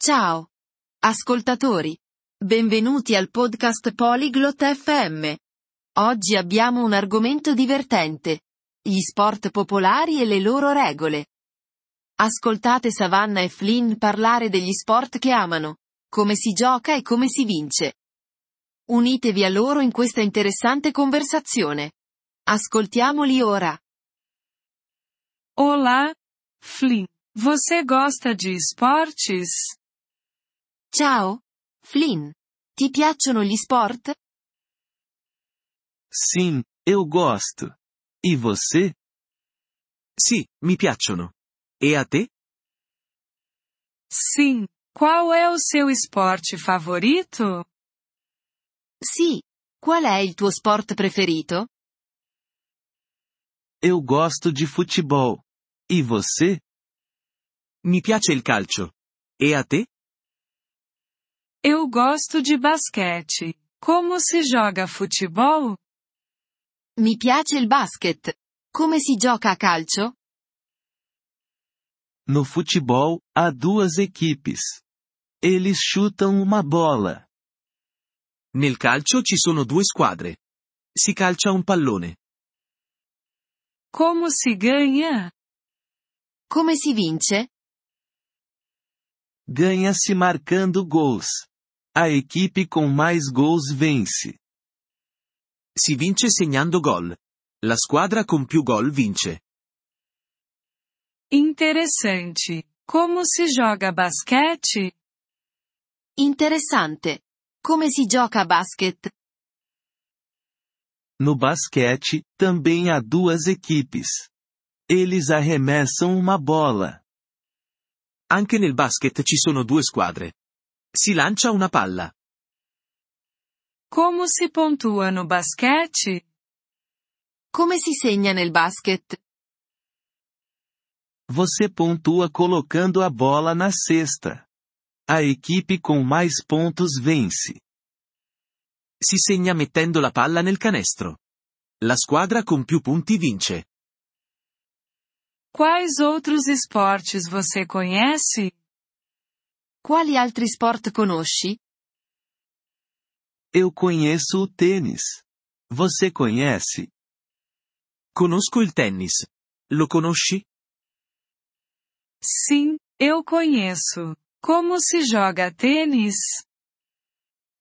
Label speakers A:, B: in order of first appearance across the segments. A: Ciao! Ascoltatori! Benvenuti al podcast Polyglot FM. Oggi abbiamo un argomento divertente. Gli sport popolari e le loro regole. Ascoltate Savannah e Flynn parlare degli sport che amano, come si gioca e come si vince. Unitevi a loro in questa interessante conversazione. Ascoltiamoli ora.
B: Olá, Flynn. Você gosta de esportes?
A: Ciao! Flynn! Ti piacciono gli sport?
C: Sim, eu gosto. E você?
D: Sì, mi piacciono. E a te?
B: Sim. Qual é o seu esporte favorito?
A: Sì. Qual è il tuo sport preferito?
C: Eu gosto de futebol. E você?
D: Mi piace il calcio. E a te?
B: Eu gosto de basquete. Como se joga futebol?
A: Mi piace il basket. Come si gioca a calcio?
C: No futebol, há duas equipes. Eles chutam uma bola.
D: Nel calcio ci sono due squadre. Si calcia un pallone.
B: Como se ganha?
A: Come si vince?
C: Ganha-se marcando gols. A equipe com mais gols vence.
D: Si vince segnando gol. La squadra con più gol vince.
B: Interessante. Como se joga basquete?
A: Interessante. Come si gioca a basket?
C: No basquete, também há duas equipes. Eles arremessam uma bola.
D: Anche nel basket ci sono due squadre. Si lancia una palla.
B: Como se pontua no basquete?
A: Come si segna nel basket?
C: Você pontua colocando a bola na cesta. A equipe com mais pontos vence.
D: Si segna mettendo la palla nel canestro. La squadra con più punti vince.
B: Quais outros esportes você conhece?
A: Quali altri sport conosci?
C: Eu conheço o tênis. Você conhece?
D: Conosco il tennis. Lo conosci?
B: Sim, eu conheço. Como se joga tênis?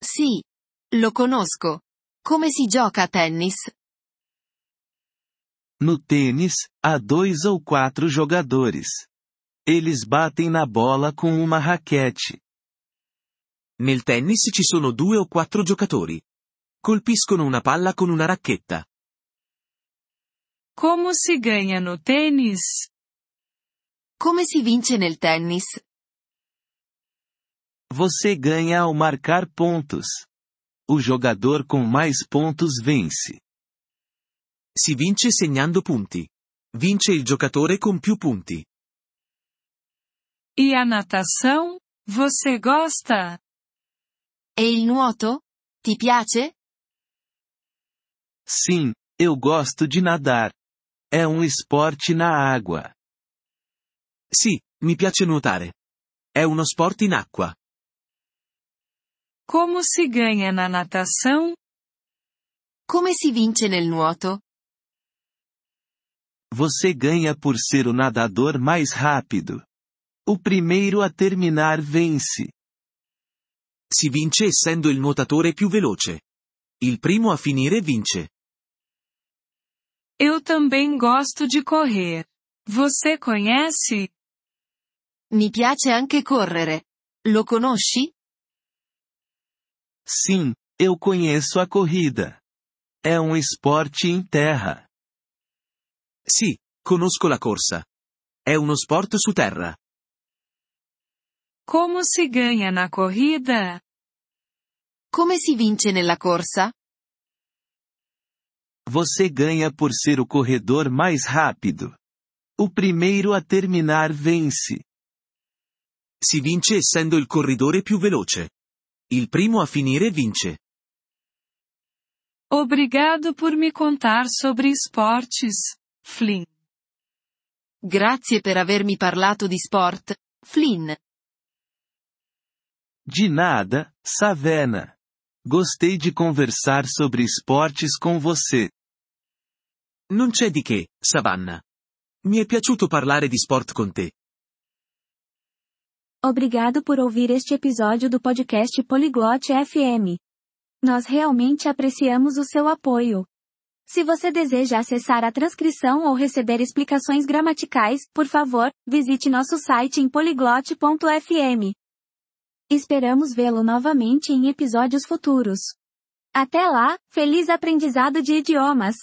A: Sì. Lo conosco. Come si gioca a tennis?
C: No tênis, há dois ou quatro jogadores. Eles batem na bola com uma raquete.
D: Nel tennis ci sono due o quattro giocatori. Colpiscono una palla con una racchetta.
B: Como se ganha no tênis?
A: Come si vince nel tennis?
C: Você ganha ao marcar pontos. O jogador com mais pontos vence.
D: Si vince segnando punti. Vince il giocatore con più punti.
B: E a natação? Você gosta?
A: E il nuoto? Ti piace?
C: Sim, eu gosto de nadar. É um esporte na água.
D: Sì, mi piace nuotare. È uno sport in acqua.
B: Como se ganha na natação?
A: Come si vince nel nuoto?
C: Você ganha por ser o nadador mais rápido. O primeiro a terminar vence.
D: Si vince essendo il nuotatore più veloce. Il primo a finire vince.
B: Eu também gosto de correr. Você conhece?
A: Mi piace anche correre. Lo conosci?
C: Sim, eu conheço a corrida. É um esporte em terra.
D: Sì, conosco la corsa. È uno sport su terra.
B: Como se ganha na corrida?
A: Come si vince nella corsa?
C: Você ganha por ser o corredor mais rápido. O primeiro a terminar vence.
D: Si vince essendo il corridore più veloce. Il primo a finire vince.
B: Obrigado por me contar sobre esportes, Flynn.
A: Grazie per avermi parlato di sport, Flynn.
C: De nada, Savena. Gostei de conversar sobre esportes com você.
D: Non c'è di che, Savannah. Mi è piaciuto parlare di sport con te.
E: Obrigado por ouvir este episódio do podcast Poliglote FM. Nós realmente apreciamos o seu apoio. Se você deseja acessar a transcrição ou receber explicações gramaticais, por favor, visite nosso site em poliglote.fm. Esperamos vê-lo novamente em episódios futuros. Até lá, feliz aprendizado de idiomas!